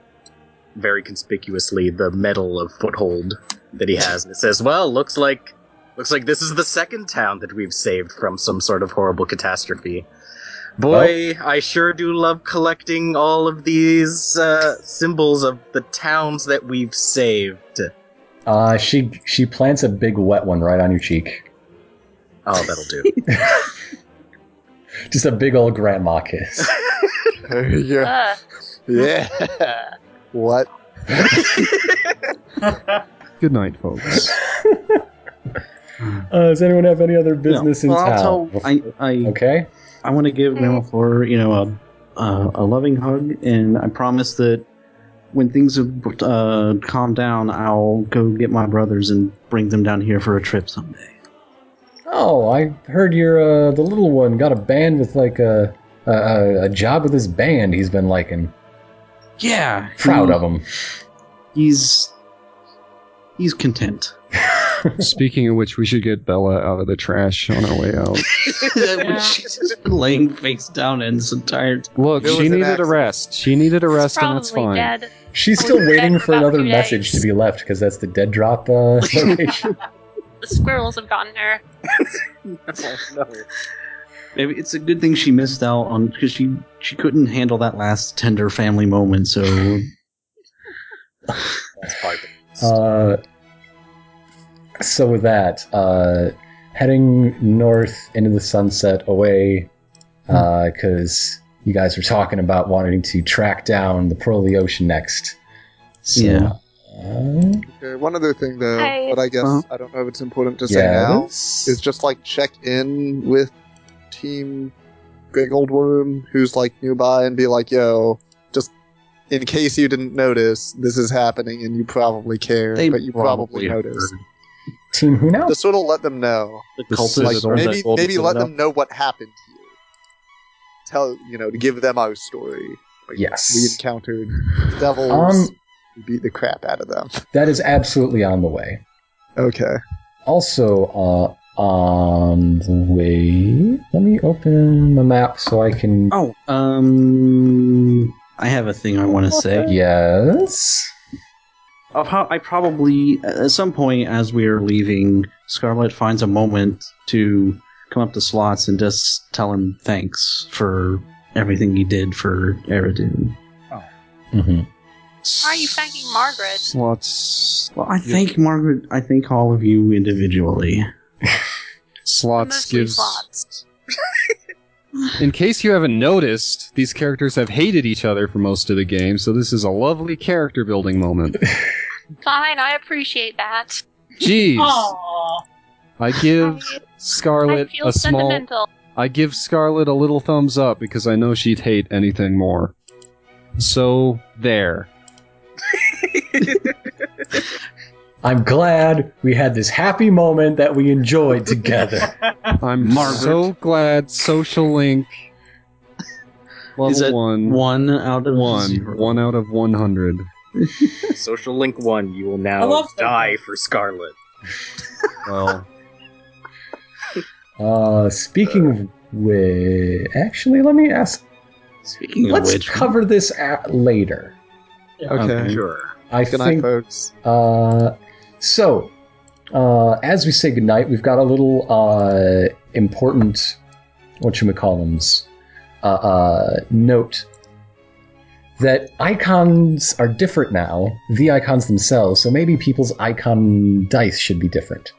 Speaker 2: very conspicuously the medal of foothold that he has, and it says, "Well, looks like looks like this is the second town that we've saved from some sort of horrible catastrophe." Boy, I sure do love collecting all of these uh, symbols of the towns that we've saved.
Speaker 1: uh, she she plants a big wet one right on your cheek
Speaker 2: Oh, that'll do.
Speaker 1: just a big old grandma kiss
Speaker 6: yeah.
Speaker 5: Ugh.
Speaker 6: Yeah. What?
Speaker 7: Good night, folks.
Speaker 1: uh, does anyone have any other business
Speaker 4: well,
Speaker 1: in town
Speaker 4: I'll tell. I, I
Speaker 1: okay
Speaker 4: I want to give Grandma Flora, you know, a, a a loving hug, and I promise that when things have uh, calmed down, I'll go get my brothers and bring them down here for a trip someday.
Speaker 1: Oh, I heard your uh, the little one got a band with like a a- a, a job with his band. He's been liking.
Speaker 4: Yeah,
Speaker 1: Proud
Speaker 4: he-
Speaker 1: of him.
Speaker 4: He's he's content.
Speaker 7: Speaking of which, we should get Bella out of the trash on our way out.
Speaker 4: When She's just been laying face down in this entire time.
Speaker 7: Look,
Speaker 6: It was
Speaker 7: she
Speaker 6: an
Speaker 7: needed a
Speaker 6: accident.
Speaker 7: rest. She needed a
Speaker 5: He's
Speaker 7: rest, and that's
Speaker 5: probably
Speaker 7: fine.
Speaker 5: dead.
Speaker 1: She's
Speaker 5: Oh,
Speaker 1: still
Speaker 5: he's
Speaker 1: waiting
Speaker 5: dead for
Speaker 1: for
Speaker 5: about
Speaker 1: another
Speaker 5: two days.
Speaker 1: message to be left because that's the dead drop uh, location.
Speaker 5: The squirrels have gotten her.
Speaker 4: Maybe it's a good thing she missed out on because she she couldn't handle that last tender family moment. So
Speaker 2: That's probably the
Speaker 1: Uh, so with that, uh, heading north into the sunset away, because you guys were talking about wanting to track down the Pearl of the Ocean next. So,
Speaker 4: Yeah.
Speaker 1: uh,
Speaker 6: Okay, one other thing though,
Speaker 5: Hey.
Speaker 6: but I guess
Speaker 4: Uh-huh.
Speaker 6: I don't know if it's important to say now.
Speaker 1: yes.
Speaker 6: is just like check in with team Greg Oldworm, who's like nearby, and be like, "Yo, just in case you didn't notice, this is happening, and you probably care,
Speaker 4: they
Speaker 6: but you probably, noticed."
Speaker 4: heard
Speaker 1: Team who now?
Speaker 6: Just sort of let them know,
Speaker 4: the
Speaker 7: The
Speaker 4: cultists
Speaker 7: Citadel.
Speaker 6: like
Speaker 4: or
Speaker 6: maybe
Speaker 4: the Golden
Speaker 6: maybe let
Speaker 4: Citadel.
Speaker 6: them know what happened to you. Tell you know to give them our story. Like,
Speaker 1: Yes.
Speaker 6: we encountered devils.
Speaker 1: Um,
Speaker 6: we beat the crap out of them.
Speaker 1: that is absolutely on the way.
Speaker 6: Okay.
Speaker 1: Also, uh, on the way, let me open my map so I can.
Speaker 4: Oh, um, I have a thing I want to say.
Speaker 1: Yes.
Speaker 4: of Oh, how I probably at some point as we are leaving, Scarlet finds a moment to come up to slots and just tell him thanks for everything he did for Eridan.
Speaker 1: hmm
Speaker 5: Why are you thanking Margaret?
Speaker 7: Slots.
Speaker 4: Well, I thank Margaret. I thank all of you individually.
Speaker 7: Slots
Speaker 5: Mostly
Speaker 7: gives.
Speaker 5: slots.
Speaker 7: In case you haven't noticed, these characters have hated each other for most of the game, so this is a lovely character building moment.
Speaker 5: Fine, I appreciate that.
Speaker 7: Jeez,
Speaker 3: Aww.
Speaker 7: I give Scarlet
Speaker 5: I feel
Speaker 7: a small.
Speaker 5: sentimental.
Speaker 7: I give Scarlet a little thumbs up because I know she'd hate anything more. So there.
Speaker 1: I'm glad we had this happy moment that we enjoyed together.
Speaker 7: I'm
Speaker 4: Margaret.
Speaker 7: so glad Social Link level
Speaker 4: Is that
Speaker 7: one,
Speaker 4: One out of
Speaker 7: Mm. one,
Speaker 4: zero.
Speaker 7: one out of one hundred.
Speaker 2: Social Link 1, you will
Speaker 3: I
Speaker 2: now
Speaker 3: love that.
Speaker 2: die for Scarlet.
Speaker 7: Well,
Speaker 1: Uh, speaking of which, actually, let me ask.
Speaker 4: Speaking
Speaker 1: let's
Speaker 4: of which,
Speaker 1: cover this at later.
Speaker 4: Okay.
Speaker 2: Sure.
Speaker 1: I
Speaker 6: Good night,
Speaker 1: think.
Speaker 6: folks.
Speaker 1: Uh, so, uh, as we say goodnight, we've got a little uh, important, whatchamacallums, uh, uh, note that icons are different now, the icons themselves, so maybe people's icon dice should be different.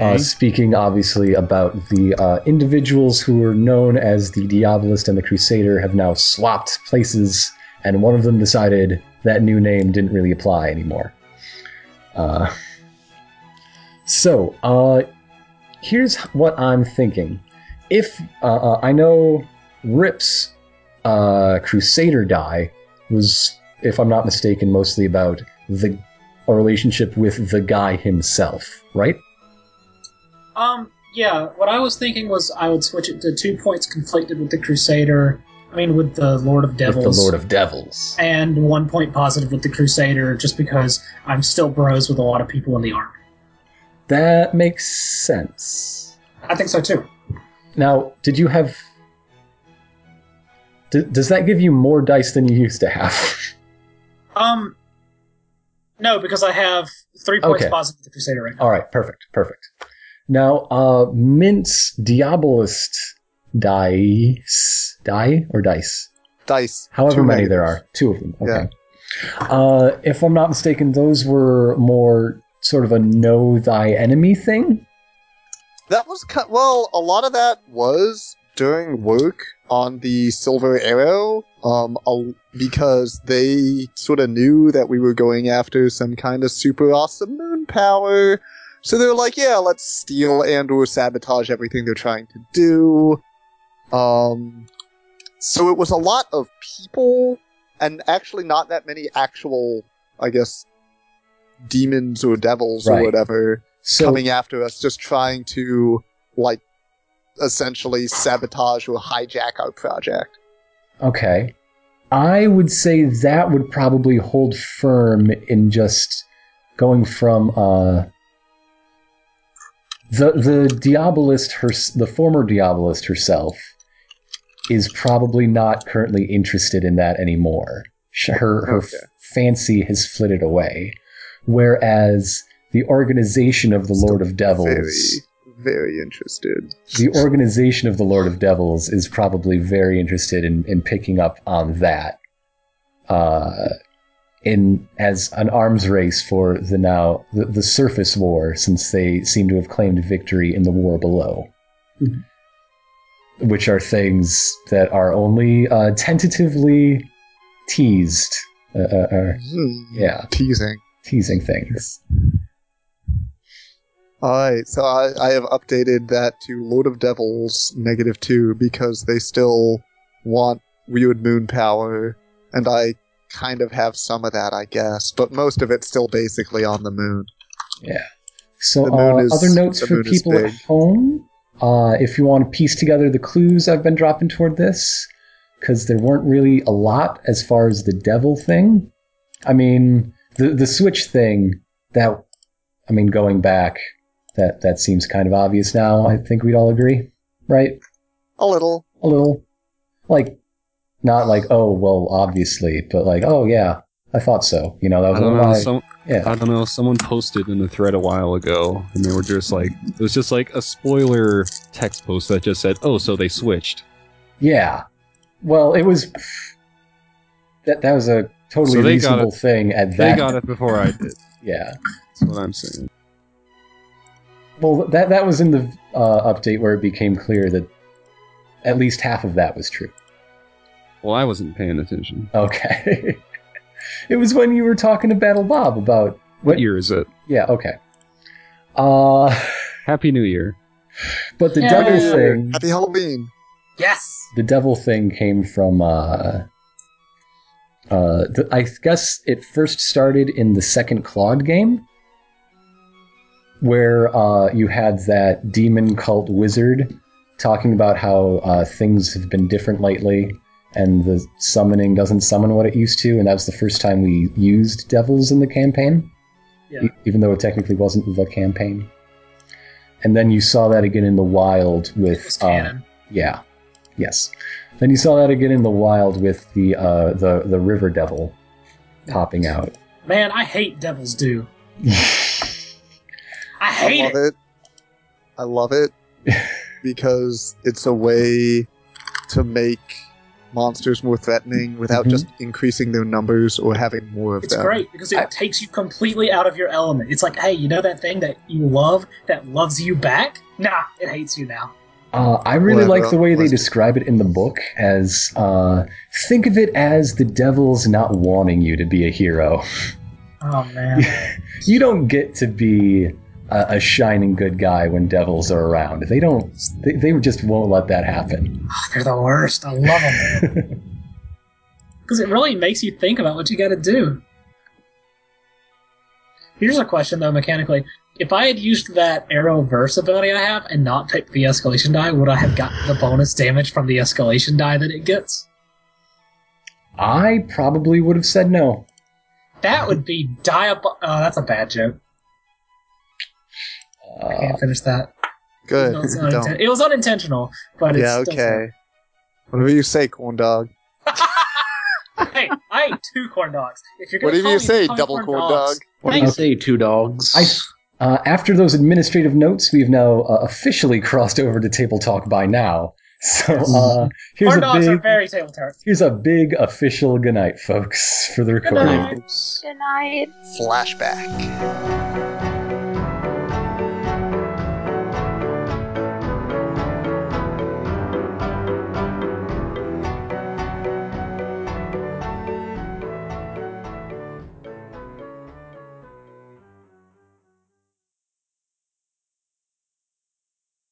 Speaker 1: Uh, speaking obviously about the uh, individuals who were known as the Diabolist and the Crusader have now swapped places, and one of them decided that new name didn't really apply anymore. Uh, so, uh, here's what I'm thinking. If uh, uh, I know Rip's uh, Crusader die was, if I'm not mistaken, mostly about the a relationship with the guy himself, right?
Speaker 3: Um, yeah, what I was thinking was I would switch it to two points conflicted with the Crusader, I mean, with the Lord of Devils.
Speaker 1: with the Lord of Devils.
Speaker 3: and one point positive with the Crusader just because I'm still bros with a lot of people in the army.
Speaker 1: That makes sense.
Speaker 3: I think so too.
Speaker 1: Now, did you have? D- does that give you more dice than you used to have?
Speaker 3: Um, no, because I have three points
Speaker 1: Okay.
Speaker 3: positive with the Crusader right now.
Speaker 1: All right, perfect, perfect. Now, uh, Mint's Diabolist dice, die or dice,
Speaker 6: Dice.
Speaker 1: however
Speaker 6: Two
Speaker 1: many there
Speaker 6: negatives.
Speaker 1: are, two of them. Okay. Uh, if I'm not mistaken, those were more sort of a know thy enemy thing.
Speaker 6: That was cut. Well, a lot of that was during work on the Silver Arrow, um, a- because they sort of knew that we were going after some kind of super awesome moon power. So they're like, yeah, let's steal and or sabotage everything they're trying to do. Um, so it was a lot of people and actually not that many actual, I guess, demons or devils
Speaker 1: Right.
Speaker 6: or whatever
Speaker 1: So
Speaker 6: coming after us, just trying to like essentially sabotage or hijack our project.
Speaker 1: Okay. I would say that would probably hold firm in just going from uh, the the Diabolist her the former Diabolist herself is probably not currently interested in that anymore. Sh- Her her
Speaker 6: Okay.
Speaker 1: fancy has flitted away, whereas the organization of the Lord of Devils
Speaker 6: Very, very interested.
Speaker 1: the organization of the Lord of Devils is probably very interested in, in picking up on that, uh, in as an arms race for the now the, the surface war, since they seem to have claimed victory in the war below,
Speaker 4: Mhm.
Speaker 1: which are things that are only uh, tentatively teased. Uh, uh, uh, yeah,
Speaker 6: Hmm. Teasing.
Speaker 1: teasing things.
Speaker 6: Alright, so I, I have updated that to Lord of Devils negative two because they still want weird moon power, and I kind of have some of that, I guess, but most of it's still basically on the moon.
Speaker 1: So,
Speaker 6: The moon
Speaker 1: uh,
Speaker 6: is-
Speaker 1: other notes
Speaker 6: the
Speaker 1: for
Speaker 6: moon is
Speaker 1: people at
Speaker 6: big.
Speaker 1: home. Uh, if you want to piece together the clues I've been dropping toward this, because there weren't really a lot as far as the devil thing. I mean, the the switch thing. That, I mean, going back, that that seems kind of obvious now. I think we'd all agree, right?
Speaker 6: A little.
Speaker 1: A little, like, not like oh well, obviously, but like oh yeah, I thought so. You know, that
Speaker 7: I
Speaker 1: was
Speaker 7: don't know.
Speaker 1: why-
Speaker 7: Some,
Speaker 1: yeah.
Speaker 7: I don't know. Someone posted in the thread a while ago, and they were just like, it was just like a spoiler text post that just said, "Oh, so they switched."
Speaker 1: Yeah. Well, it was that that was a totally
Speaker 7: So they got
Speaker 1: reasonable thing at
Speaker 7: They
Speaker 1: that.
Speaker 7: got it before I did.
Speaker 1: Yeah.
Speaker 7: That's what I'm saying.
Speaker 1: Well, that that was in the uh, update where it became clear that at least half of that was true.
Speaker 7: Well, I wasn't paying attention.
Speaker 1: Okay. it was when you were talking to Battle Bob about
Speaker 7: What year is it?
Speaker 1: yeah, okay. Uh
Speaker 7: Happy New Year.
Speaker 1: but the
Speaker 3: Yeah.
Speaker 1: devil thing
Speaker 6: Happy Halloween!
Speaker 3: Yes.
Speaker 1: the devil thing came from uh uh th- i guess it first started in the second claude game where uh you had that demon cult wizard talking about how uh things have been different lately and the summoning doesn't summon what it used to and that was the first time we used devils in the campaign
Speaker 3: Yeah.
Speaker 1: e- even though it technically wasn't the campaign and then you saw that again in the wild
Speaker 3: It
Speaker 1: with
Speaker 3: was
Speaker 1: uh,
Speaker 3: canon.
Speaker 1: yeah. Yes. Then you saw that again in the wild with the uh, the the river devil popping out.
Speaker 3: Man, I hate Devil's Due. I
Speaker 6: I
Speaker 3: hate
Speaker 6: love
Speaker 3: it.
Speaker 6: it. I love it because it's a way to make monsters more threatening without
Speaker 3: Mm-hmm.
Speaker 1: Mhm.
Speaker 6: just increasing their numbers or having more of
Speaker 3: It's
Speaker 6: them.
Speaker 3: great because it takes you completely out of your element. It's like, hey, you know that thing that you love that loves you back? Nah, it hates you now.
Speaker 1: Uh, I really
Speaker 6: Whatever,
Speaker 1: like the way they
Speaker 6: let's-
Speaker 1: describe it in the book as uh, think of it as the devil's not wanting you to be a hero.
Speaker 3: Oh man.
Speaker 1: You don't get to be a, a shining good guy when devils are around. They don't. They, they just won't let that happen.
Speaker 3: Ah, they're the worst. I love them. Because it really makes you think about what you got to do. Here's a question, though, mechanically. If I had used that arrow verse ability I have and not picked the escalation die, would I have gotten the bonus damage from the escalation die that it gets?
Speaker 1: I probably would have said no.
Speaker 3: That would be diabol. Oh, that's a bad joke. I
Speaker 1: Uh,
Speaker 3: can't finish that.
Speaker 6: Good.
Speaker 3: No, it's
Speaker 6: Don't.
Speaker 3: uninten- it was unintentional, but it's
Speaker 6: yeah,
Speaker 3: still
Speaker 6: okay. Whatever you say, corn dog.
Speaker 3: funny. hey, I ate two corn dogs. If you're gonna
Speaker 6: Whatever
Speaker 3: call
Speaker 6: you
Speaker 3: me,
Speaker 6: say,
Speaker 3: call me
Speaker 6: double corn dog.
Speaker 3: dogs.
Speaker 4: What do you say, two dogs?
Speaker 1: I- Uh, after those administrative notes, we've now uh, officially crossed over to table talk by now. So uh, here's
Speaker 3: Corn
Speaker 1: a
Speaker 3: dogs are
Speaker 1: big
Speaker 3: very table turf.
Speaker 1: here's a big official goodnight, folks, for the recording.
Speaker 3: night.
Speaker 5: Good night.
Speaker 6: Flashback.